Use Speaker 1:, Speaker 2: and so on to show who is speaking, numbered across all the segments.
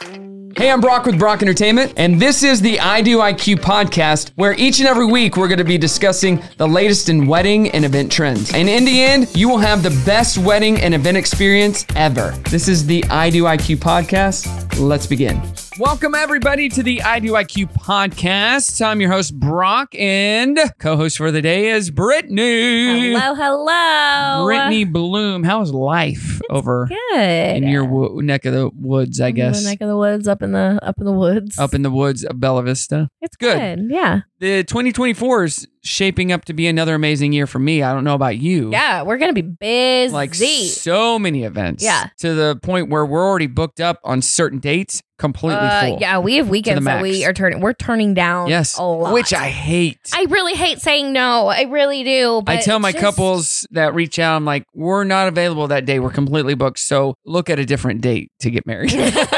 Speaker 1: Hey, I'm Brock with Brock Entertainment, and this is the I Do IQ podcast, where each and every week we're going to be discussing the latest in wedding and event trends. And in the end, you will have the best wedding and event experience ever. This is the I Do IQ podcast. Let's begin. Welcome, everybody, to the I Do IQ podcast. I'm your host, Brock, and co host for the day is Brittany.
Speaker 2: Hello, hello.
Speaker 1: Brittany Bloom. How's life over
Speaker 2: Good.
Speaker 1: in your wo- neck of the woods, I
Speaker 2: In the
Speaker 1: guess?
Speaker 2: neck of the woods, up in the up in the woods.
Speaker 1: Up in the woods of Bella Vista.
Speaker 2: It's
Speaker 1: good.
Speaker 2: good. Yeah.
Speaker 1: The 2024 is shaping up to be another amazing year for me. I don't know about you.
Speaker 2: Yeah, we're gonna be busy.
Speaker 1: Like so many events.
Speaker 2: Yeah.
Speaker 1: To the point where we're already booked up on certain dates, completely
Speaker 2: Uh,
Speaker 1: full.
Speaker 2: yeah, we have weekends that we
Speaker 1: max.
Speaker 2: are turning. We're turning down.
Speaker 1: Yes.
Speaker 2: a lot.
Speaker 1: Which I hate.
Speaker 2: I really hate saying no. I really do. But
Speaker 1: I tell my
Speaker 2: just-
Speaker 1: couples that reach out, I'm like, we're not available that day. We're completely booked. So look at a different date to get married.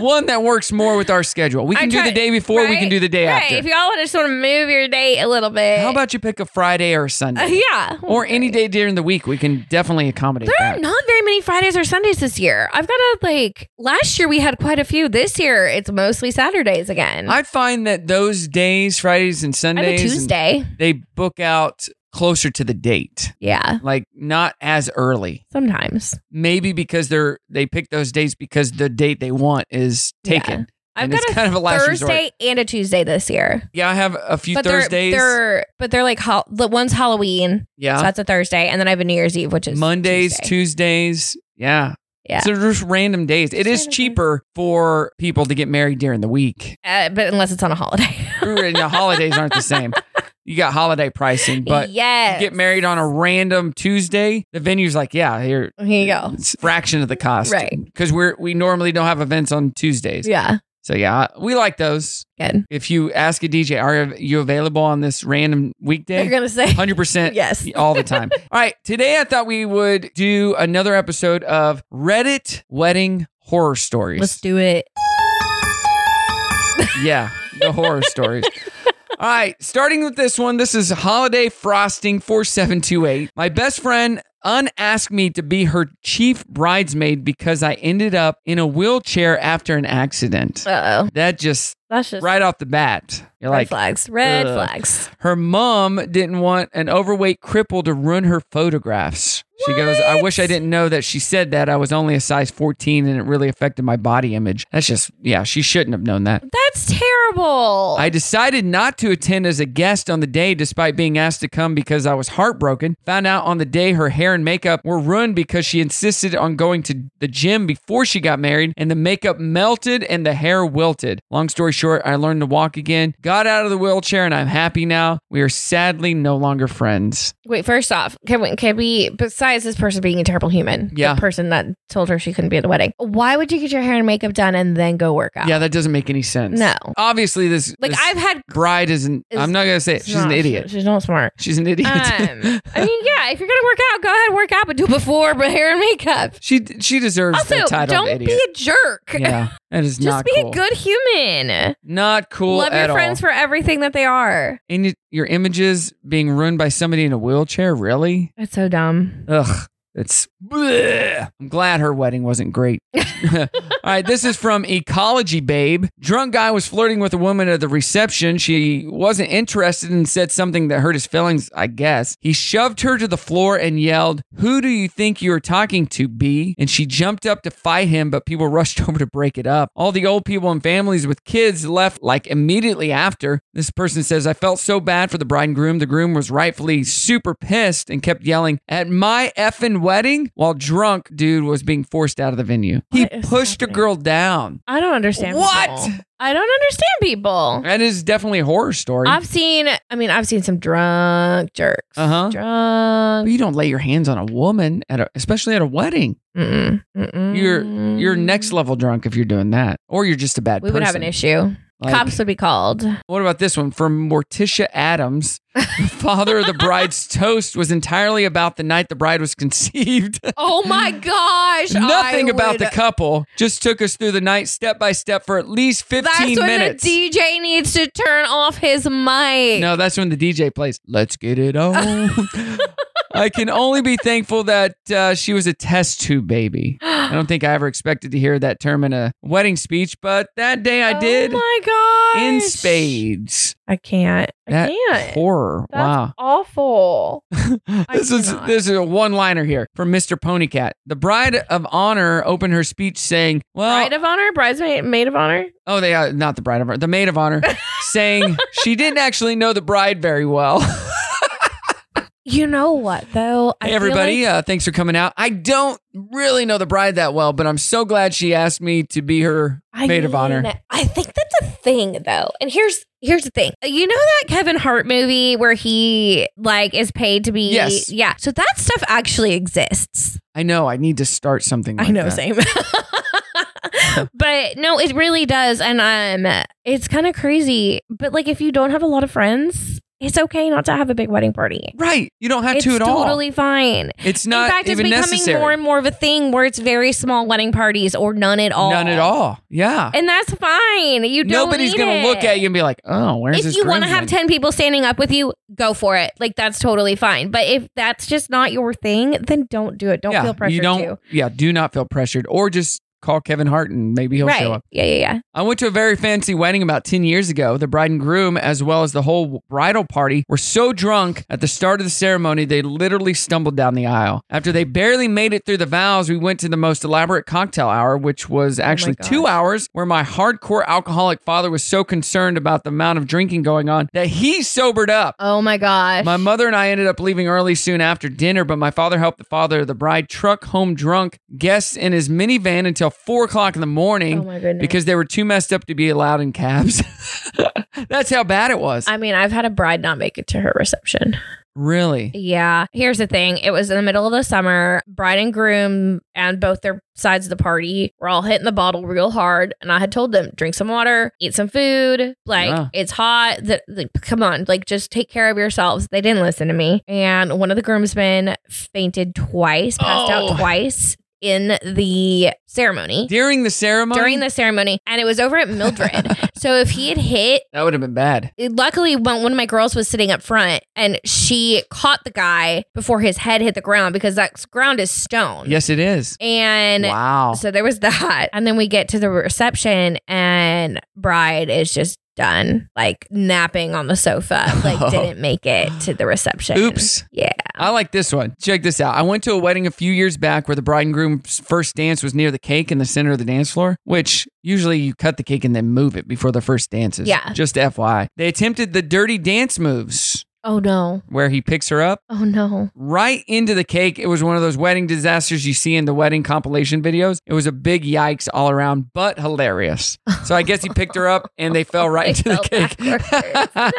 Speaker 1: One that works more with our schedule. We
Speaker 2: I
Speaker 1: can do
Speaker 2: try-
Speaker 1: the day before, we can
Speaker 2: right,
Speaker 1: do the day
Speaker 2: Right. If
Speaker 1: after.
Speaker 2: y'all want to sort of move your date a little bit.
Speaker 1: How about you pick a Friday or a Sunday?
Speaker 2: Uh, yeah.
Speaker 1: Or any day during the week, we can definitely accommodate
Speaker 2: There are
Speaker 1: that.
Speaker 2: not very many Fridays or Sundays this year. I've got to like last year we had quite a few. This year it's mostly Saturdays again.
Speaker 1: I find that those days, Fridays and
Speaker 2: I have a
Speaker 1: Sundays, and
Speaker 2: Tuesday.
Speaker 1: they book out closer to the date,
Speaker 2: Yeah,
Speaker 1: like not as early.
Speaker 2: sometimes.
Speaker 1: Maybe because they're they pick those dates because the date they want is
Speaker 2: Yeah.
Speaker 1: taken.
Speaker 2: I've
Speaker 1: and
Speaker 2: got
Speaker 1: it's
Speaker 2: a
Speaker 1: kind of a last resort.
Speaker 2: Thursday and a Tuesday this year.
Speaker 1: Yeah, I have a few
Speaker 2: But they're,
Speaker 1: Thursdays.
Speaker 2: they're but they're like hol- the one's Halloween, so
Speaker 1: yeah.
Speaker 2: that's a Thursday, and then I have a New Year's Eve, which is
Speaker 1: Mondays,
Speaker 2: Tuesday.
Speaker 1: Tuesdays. Yeah.
Speaker 2: Yeah.
Speaker 1: So they're just random days. It is
Speaker 2: Random days.
Speaker 1: cheaper for people to get married during the week.
Speaker 2: Uh, but unless it's on a holiday,
Speaker 1: and the holidays aren't the same. You got holiday pricing, but
Speaker 2: yes,
Speaker 1: you get married on a random Tuesday, the venue's like, yeah, here
Speaker 2: Here you go.
Speaker 1: It's a fraction of the cost.
Speaker 2: Right.
Speaker 1: Because we're we normally don't have events on Tuesdays.
Speaker 2: Yeah,
Speaker 1: So yeah, we like those.
Speaker 2: good.
Speaker 1: If you ask a DJ, are you available on this random
Speaker 2: They're
Speaker 1: weekday?
Speaker 2: gonna say
Speaker 1: Hundred percent
Speaker 2: yes.
Speaker 1: all the time. All right. Today I thought we would do another episode of Reddit wedding horror stories.
Speaker 2: Let's do it.
Speaker 1: Yeah, the horror stories. All right, starting with this one. This is Holiday Frosting 4728. My best friend unasked me to be her chief bridesmaid because I ended up in a wheelchair after an accident.
Speaker 2: Uh oh,
Speaker 1: That just
Speaker 2: that's just
Speaker 1: right off the bat. You're
Speaker 2: red
Speaker 1: like, uh,
Speaker 2: flags. Red
Speaker 1: ugh.
Speaker 2: flags.
Speaker 1: her mom didn't want an overweight cripple to ruin her photographs. She goes, I wish I
Speaker 2: What?
Speaker 1: didn't know that she said that. I was only a size 14 and it really affected my body image. That's just, yeah, she shouldn't have known that.
Speaker 2: That's terrible.
Speaker 1: I decided not to attend as a guest on the day despite being asked to come because I was heartbroken. Found out on the day her hair and makeup were ruined because she insisted on going to the gym before she got married and the makeup melted and the hair wilted. Long story short, I learned to walk again, got out of the wheelchair, and I'm happy now. We are sadly no longer friends.
Speaker 2: Wait, first off, can we, can we, besides this person being a terrible human,
Speaker 1: Yeah.
Speaker 2: the person that told her she couldn't be at the wedding, why would you get your hair and makeup done and then go work out?
Speaker 1: Yeah, that doesn't make any sense.
Speaker 2: No.
Speaker 1: Obviously, this,
Speaker 2: Like,
Speaker 1: this
Speaker 2: I've had.
Speaker 1: bride isn't,
Speaker 2: is-
Speaker 1: I'm not going to say it. She's an
Speaker 2: not-
Speaker 1: idiot.
Speaker 2: She's not smart.
Speaker 1: She's an idiot.
Speaker 2: Um, I mean, yeah, if you're going to work out, go ahead and work out, but do it before hair and makeup.
Speaker 1: she she deserves
Speaker 2: Also,
Speaker 1: the title of
Speaker 2: don't
Speaker 1: idiot.
Speaker 2: be a jerk.
Speaker 1: Yeah, that is
Speaker 2: Just
Speaker 1: not
Speaker 2: be
Speaker 1: cool.
Speaker 2: a good human.
Speaker 1: not cool
Speaker 2: Love
Speaker 1: at
Speaker 2: your friends
Speaker 1: all.
Speaker 2: for everything that they are.
Speaker 1: and y- your images being ruined by somebody in a wheelchair, really?
Speaker 2: That's so dumb.
Speaker 1: Ugh, it's. bleh. I'm glad her wedding wasn't great. all right, this is from Ecology Babe. Drunk guy was flirting with a woman at the reception. She wasn't interested and said something that hurt his feelings, I guess. He shoved her to the floor and yelled, Who do you think you are talking to, B? And she jumped up to fight him, but people rushed over to break it up. All the old people and families with kids left like immediately after. This person says, I felt so bad for the bride and groom. The groom was rightfully super pissed and kept yelling, At my effing wedding, while drunk dude was being forced out of the venue. He
Speaker 2: What is
Speaker 1: pushed a
Speaker 2: happening?
Speaker 1: girl down.
Speaker 2: I don't understand.
Speaker 1: What?
Speaker 2: people. I don't understand people.
Speaker 1: That is definitely a horror story.
Speaker 2: I've seen. I mean, I've seen some drunk jerks.
Speaker 1: Uh-huh. But
Speaker 2: Drunk.
Speaker 1: you don't lay your hands on a woman at a, especially at a wedding.
Speaker 2: Mm-mm. Mm-mm.
Speaker 1: You're you're next level drunk if you're doing that, or you're just a bad
Speaker 2: Mm. We
Speaker 1: person.
Speaker 2: would have an issue.
Speaker 1: Like,
Speaker 2: Cops would be called.
Speaker 1: What about this one from Morticia Adams? The father of the bride's toast was entirely about the night the bride was conceived.
Speaker 2: Oh my gosh!
Speaker 1: Nothing about the couple. Just took us through the night step by step for at least
Speaker 2: That's
Speaker 1: 15
Speaker 2: when
Speaker 1: minutes.
Speaker 2: the DJ needs to turn off his mic.
Speaker 1: no, that's when the DJ plays. Let's get it on. I can only be thankful that uh, she was a test tube baby. I
Speaker 2: Oh
Speaker 1: don't think I ever expected to hear that term in a wedding speech, but that day I did
Speaker 2: Oh my god.
Speaker 1: in spades.
Speaker 2: I can't. I
Speaker 1: That
Speaker 2: can't.
Speaker 1: horror.
Speaker 2: That's
Speaker 1: wow.
Speaker 2: awful.
Speaker 1: this is
Speaker 2: cannot.
Speaker 1: this is a one liner here from Mr. Ponycat. The bride of honor opened her speech saying, "Well,
Speaker 2: Bride of honor, bridesmaid, maid of honor.
Speaker 1: oh, they are not the bride of honor, the maid of honor," saying she didn't actually know the bride very well.
Speaker 2: You know what though? I
Speaker 1: hey,
Speaker 2: feel
Speaker 1: everybody,
Speaker 2: like-
Speaker 1: uh, thanks for coming out. I don't really know the bride that well, but I'm so glad she asked me to be her
Speaker 2: I
Speaker 1: maid of honor.
Speaker 2: mean, I think that's a thing though. And here's here's the thing. You know that Kevin Hart movie where he like is paid to be
Speaker 1: Yes.
Speaker 2: yeah. So that stuff actually exists.
Speaker 1: I know I need to start something. Like
Speaker 2: I know,
Speaker 1: that.
Speaker 2: same. but no, it really does, and um, it's kind of crazy. But like, if you don't have a lot of friends, it's okay not to have a big wedding party.
Speaker 1: Right? You don't have
Speaker 2: It's
Speaker 1: to at
Speaker 2: totally fine.
Speaker 1: all. It's not
Speaker 2: In fact, it's
Speaker 1: even
Speaker 2: becoming
Speaker 1: necessary.
Speaker 2: more and more of a thing where it's very small wedding parties or none at all.
Speaker 1: None at all. Yeah.
Speaker 2: and that's fine. You don't.
Speaker 1: Nobody's
Speaker 2: need
Speaker 1: gonna
Speaker 2: it.
Speaker 1: look at you and be like, "Oh, where's
Speaker 2: If
Speaker 1: this?"
Speaker 2: you want to
Speaker 1: groomsman?
Speaker 2: have ten people standing up with you, go for it. Like that's totally fine. But if that's just not your thing, then don't do it. Don't
Speaker 1: yeah,
Speaker 2: feel pressured
Speaker 1: You don't.
Speaker 2: to.
Speaker 1: Yeah, do not feel pressured, or just call Kevin Hart and maybe he'll
Speaker 2: right?
Speaker 1: show up.
Speaker 2: Yeah, yeah, yeah.
Speaker 1: I went to a very fancy wedding about ten years ago. The bride and groom, as well as the whole bridal party, were so drunk at the start of the ceremony they literally stumbled down the aisle. After they barely made it through the vows, we went to the most elaborate cocktail hour, which was actually
Speaker 2: Oh gosh.
Speaker 1: two hours, where my hardcore alcoholic father was so concerned about the amount of drinking going on that he sobered up.
Speaker 2: Oh my gosh.
Speaker 1: My mother and I ended up leaving early soon after dinner, but my father helped the father of the bride truck home drunk guests in his minivan until four o'clock in the morning
Speaker 2: Oh my goodness.
Speaker 1: because they were too messed up to be allowed in cabs. That's how bad it was.
Speaker 2: I mean, I've had a bride not make it to her reception.
Speaker 1: really?
Speaker 2: Yeah. Here's the thing it was in the middle of the summer. Bride and groom and both their sides of the party were all hitting the bottle real hard. And I had told them, drink some water, eat some food. Like,
Speaker 1: Yeah.
Speaker 2: it's hot. The, the- come on. Like, just take care of yourselves. They didn't listen to me. And one of the groomsmen fainted twice, passed
Speaker 1: Oh.
Speaker 2: out twice in the ceremony.
Speaker 1: During the ceremony?
Speaker 2: During the ceremony, and it was over at Mildred. so if he had hit
Speaker 1: That would have been bad.
Speaker 2: it- luckily one one of my girls was sitting up front and she caught the guy before his head hit the ground because that s- ground is stone.
Speaker 1: Yes, it is.
Speaker 2: And
Speaker 1: wow.
Speaker 2: so there was that. And then we get to the reception and bride is just done, like napping on the sofa, like didn't make it to the reception.
Speaker 1: Oops.
Speaker 2: Yeah.
Speaker 1: I like this one. Check this out. I went to a wedding a few years back where the bride and groom's first dance was near the cake in the center of the dance floor, which usually you cut the cake and then move it before the first dances.
Speaker 2: Yeah.
Speaker 1: Just FYI. They attempted the dirty dance moves
Speaker 2: Oh no.
Speaker 1: where he picks her up
Speaker 2: Oh no.
Speaker 1: right into the cake. It was one of those wedding disasters you see in the wedding compilation videos. It was a big yikes all around, but hilarious. So I guess he picked her up and they fell right into
Speaker 2: They
Speaker 1: the
Speaker 2: fell
Speaker 1: cake.
Speaker 2: backwards. no.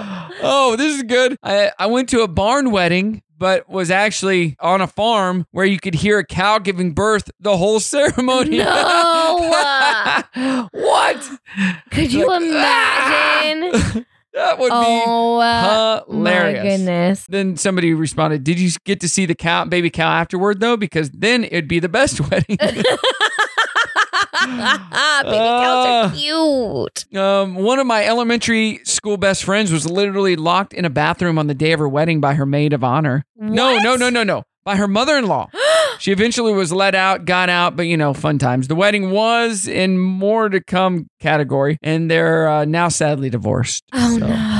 Speaker 1: Oh, this is good. I, I went to a barn wedding, but was actually on a farm where you could hear a cow giving birth the whole ceremony.
Speaker 2: No.
Speaker 1: what?
Speaker 2: Could you
Speaker 1: Like, ah!
Speaker 2: imagine?
Speaker 1: That would
Speaker 2: Oh uh,
Speaker 1: be hilarious.
Speaker 2: my goodness.
Speaker 1: Then somebody responded, "Did you get to see the cow, baby cow, afterward though? Because then it'd be the best wedding."
Speaker 2: Baby cows
Speaker 1: Uh,
Speaker 2: are cute.
Speaker 1: Um, one of my elementary school best friends was literally locked in a bathroom on the day of her wedding by her maid of honor. No,
Speaker 2: What?
Speaker 1: no, no, no, no. By her mother in law. she eventually was let out, got out, but you know, fun times. The wedding was in more to come category, and they're uh, now sadly divorced.
Speaker 2: Oh
Speaker 1: So,
Speaker 2: no.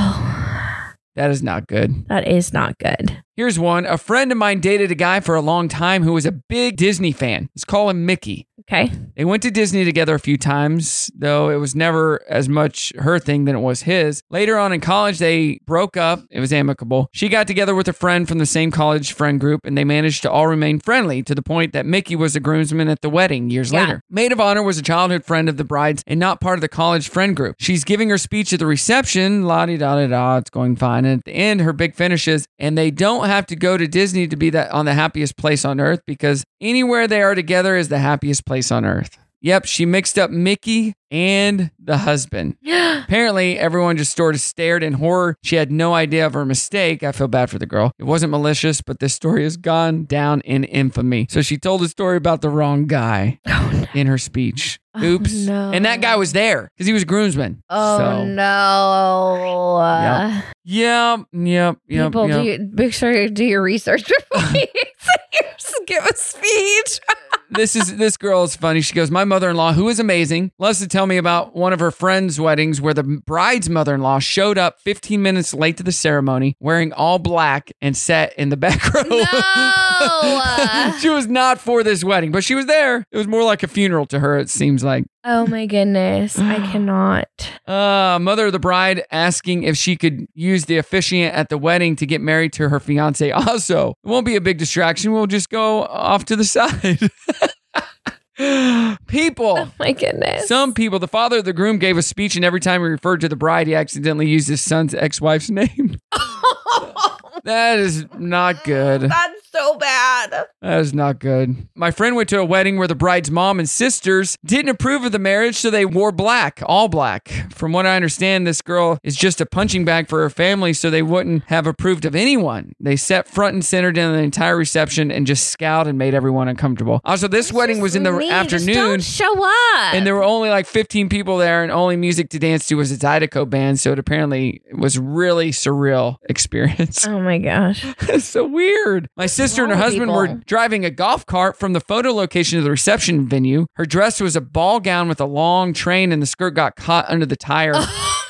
Speaker 1: That is not good.
Speaker 2: That is not good.
Speaker 1: Here's one. A friend of mine dated a guy for a long time who was a big Disney fan. Let's call him Mickey.
Speaker 2: Okay.
Speaker 1: They went to Disney together a few times, though it was never as much her thing than it was his. Later on in college, they broke up. It was amicable. She got together with a friend from the same college friend group, and they managed to all remain friendly to the point that Mickey was the groomsman at the wedding years
Speaker 2: Yeah.
Speaker 1: later. Maid of honor was a childhood friend of the bride's and not part of the college friend group. She's giving her speech at the reception, la di da da da, it's going fine. And at the end, her big finish is, and they don't have to go to Disney to be that on the happiest place on earth because anywhere they are together is the happiest place on earth. Yep, she mixed up Mickey and the husband. Apparently, everyone just sort of stared in horror. She had no idea of her mistake. I feel bad for the girl. It wasn't malicious, but this story has gone down in infamy. So she told a story about the wrong guy
Speaker 2: oh no.
Speaker 1: in her speech.
Speaker 2: Oh,
Speaker 1: Oops.
Speaker 2: no.
Speaker 1: And that guy was there because he was a groomsman.
Speaker 2: Oh
Speaker 1: so,
Speaker 2: no. Uh,
Speaker 1: Yep, yep, yep.
Speaker 2: People,
Speaker 1: yep.
Speaker 2: do you, make sure you do your research before you say- give a speech.
Speaker 1: this is this girl is funny. She goes, My mother in law, who is amazing, loves to tell me about one of her friends' weddings where the bride's mother in law showed up 15 minutes late to the ceremony, wearing all black and sat in the back row.
Speaker 2: No.
Speaker 1: she was not for this wedding, but she was there. It was more like a funeral to her, it seems like.
Speaker 2: Oh my goodness. I cannot.
Speaker 1: Uh, mother of the bride asking if she could use the officiant at the wedding to get married to her fiance. Also, it won't be a big distraction. We'll just go off to the side. People.
Speaker 2: Oh my goodness.
Speaker 1: Some people, the father of the groom gave a speech, and every time he referred to the bride, he accidentally used his son's ex wife's name. That is not good.
Speaker 2: Oh, That's so bad.
Speaker 1: That is not good. My friend went to a wedding where the bride's mom and sisters didn't approve of the marriage, so they wore black, all black. From what I understand, this girl is just a punching bag for her family, so they wouldn't have approved of anyone. They sat front and center during the entire reception and just scowled and made everyone uncomfortable. Also, this wedding was in the
Speaker 2: Mean. Just
Speaker 1: afternoon.
Speaker 2: don't show up.
Speaker 1: And there were only like 15 people there, and only music to dance to was a Zydeco band. So it apparently was really surreal experience.
Speaker 2: Oh my gosh.
Speaker 1: It's so weird. My sister and her
Speaker 2: wrong with
Speaker 1: husband
Speaker 2: people?
Speaker 1: were driving a golf cart from the photo location to the reception venue. Her dress was a ball gown with a long train, and the skirt got caught under the tire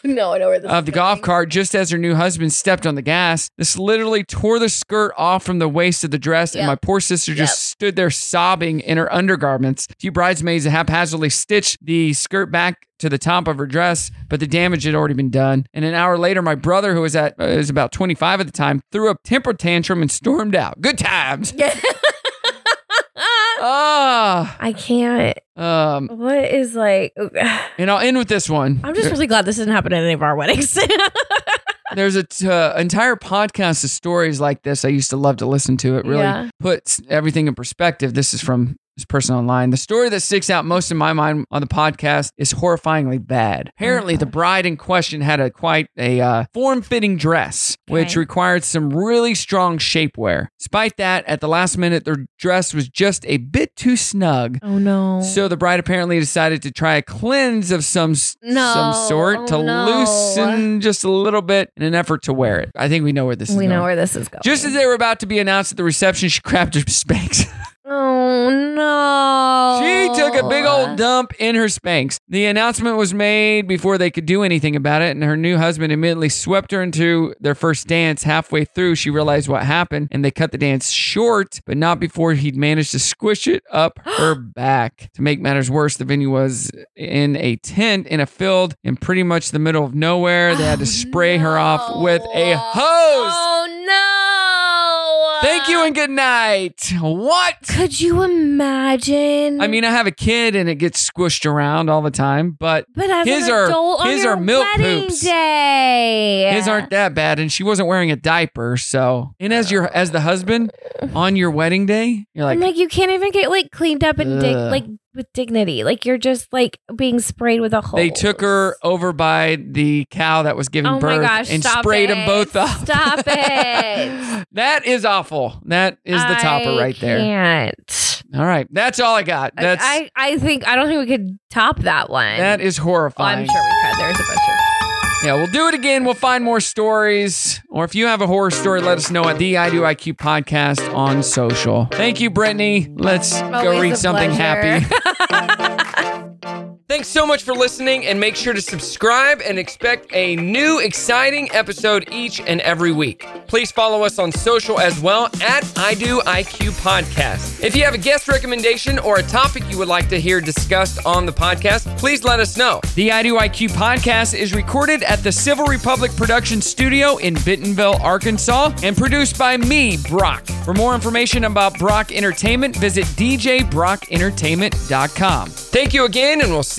Speaker 2: no, I know where this
Speaker 1: of the
Speaker 2: is
Speaker 1: golf
Speaker 2: going.
Speaker 1: cart just as her new husband stepped on the gas. This literally tore the skirt off from the waist of the dress, and
Speaker 2: Yep.
Speaker 1: my poor sister just
Speaker 2: Yep.
Speaker 1: stood there sobbing in her undergarments. A few bridesmaids haphazardly stitched the skirt back to the top of her dress, but the damage had already been done. And an hour later, my brother, who was at uh, was about 25 at the time, threw a temper tantrum and stormed out. Good times. Ah,
Speaker 2: I can't.
Speaker 1: um,
Speaker 2: What is like.
Speaker 1: and I'll end with this one.
Speaker 2: I'm just really glad this didn't happen at any of our weddings.
Speaker 1: There's a t- uh, entire podcast of stories like this. I used to love to listen to. It really
Speaker 2: Yeah.
Speaker 1: puts everything in perspective. This is from this person online. The story that sticks out most in my mind on the podcast is horrifyingly
Speaker 2: Oh
Speaker 1: bad. Apparently, the bride in question had a quite a uh, form-fitting dress, which
Speaker 2: Okay.
Speaker 1: required some really strong shapewear. Despite that, at the last minute, their dress was just a bit too snug,
Speaker 2: oh no.
Speaker 1: so the bride apparently decided to try a cleanse of some s-
Speaker 2: No.
Speaker 1: some sort
Speaker 2: Oh,
Speaker 1: to
Speaker 2: no.
Speaker 1: loosen just a little bit in an effort to wear it. I think we know where this is.
Speaker 2: we
Speaker 1: going.
Speaker 2: know where this is going.
Speaker 1: Just as they were about to be announced at the reception, she grabbed her Spanx.
Speaker 2: Oh
Speaker 1: she
Speaker 2: no.
Speaker 1: took a big
Speaker 2: Oh.
Speaker 1: old dump in her Spanx. The announcement was made before they could do anything about it, and her new husband immediately swept her into their first dance. Halfway through, she realized what happened, and they cut the dance short, but not before he'd managed to squish it up her back. To make matters worse, the venue was in a tent in a field in pretty much the middle of nowhere. They had to
Speaker 2: Oh,
Speaker 1: spray her off
Speaker 2: no.
Speaker 1: with a hose.
Speaker 2: Oh no.
Speaker 1: Thank you and good night. What?
Speaker 2: Could you imagine?
Speaker 1: I mean, I have a kid and it gets squished around all the time, but
Speaker 2: but as
Speaker 1: his
Speaker 2: an
Speaker 1: are-
Speaker 2: adult on
Speaker 1: his
Speaker 2: your
Speaker 1: are milk
Speaker 2: wedding
Speaker 1: poops.
Speaker 2: day.
Speaker 1: his aren't that bad. And she wasn't wearing a diaper, so and as your as the husband on your wedding day, you're like,
Speaker 2: and like you can't even get like cleaned up and dig-
Speaker 1: Ugh.
Speaker 2: like with dignity. Like you're just like being sprayed with a hose.
Speaker 1: they took her over by the cow that was giving
Speaker 2: Oh my
Speaker 1: birth
Speaker 2: gosh,
Speaker 1: and
Speaker 2: stop
Speaker 1: sprayed them
Speaker 2: it.
Speaker 1: both off.
Speaker 2: Stop it.
Speaker 1: that is awful. That is the topper
Speaker 2: I
Speaker 1: right there.
Speaker 2: Can't.
Speaker 1: All right, that's all I got.
Speaker 2: I-
Speaker 1: That's
Speaker 2: I, I think I don't think we could top that one.
Speaker 1: that is
Speaker 2: Well,
Speaker 1: horrifying.
Speaker 2: I'm sure we could. There's a bunch of
Speaker 1: Yeah, we'll do it again. We'll find more stories. Or if you have a horror story, let us know at the I Do IQ podcast on social. Thank you, Brittany. Let's go
Speaker 2: Always
Speaker 1: read
Speaker 2: a
Speaker 1: something
Speaker 2: pleasure.
Speaker 1: happy. Thanks so much for listening and make sure to subscribe and expect a new exciting episode each and every week. Please follow us on social as well at I Do IQ Podcast. If you have a guest recommendation or a topic you would like to hear discussed on the podcast, please let us know. The I Do IQ Podcast is recorded at the Civil Republic Production Studio in Bentonville, Arkansas, and produced by me, Brock. For more information about Brock Entertainment, visit djbrockentertainment.com. Thank you again, and we'll see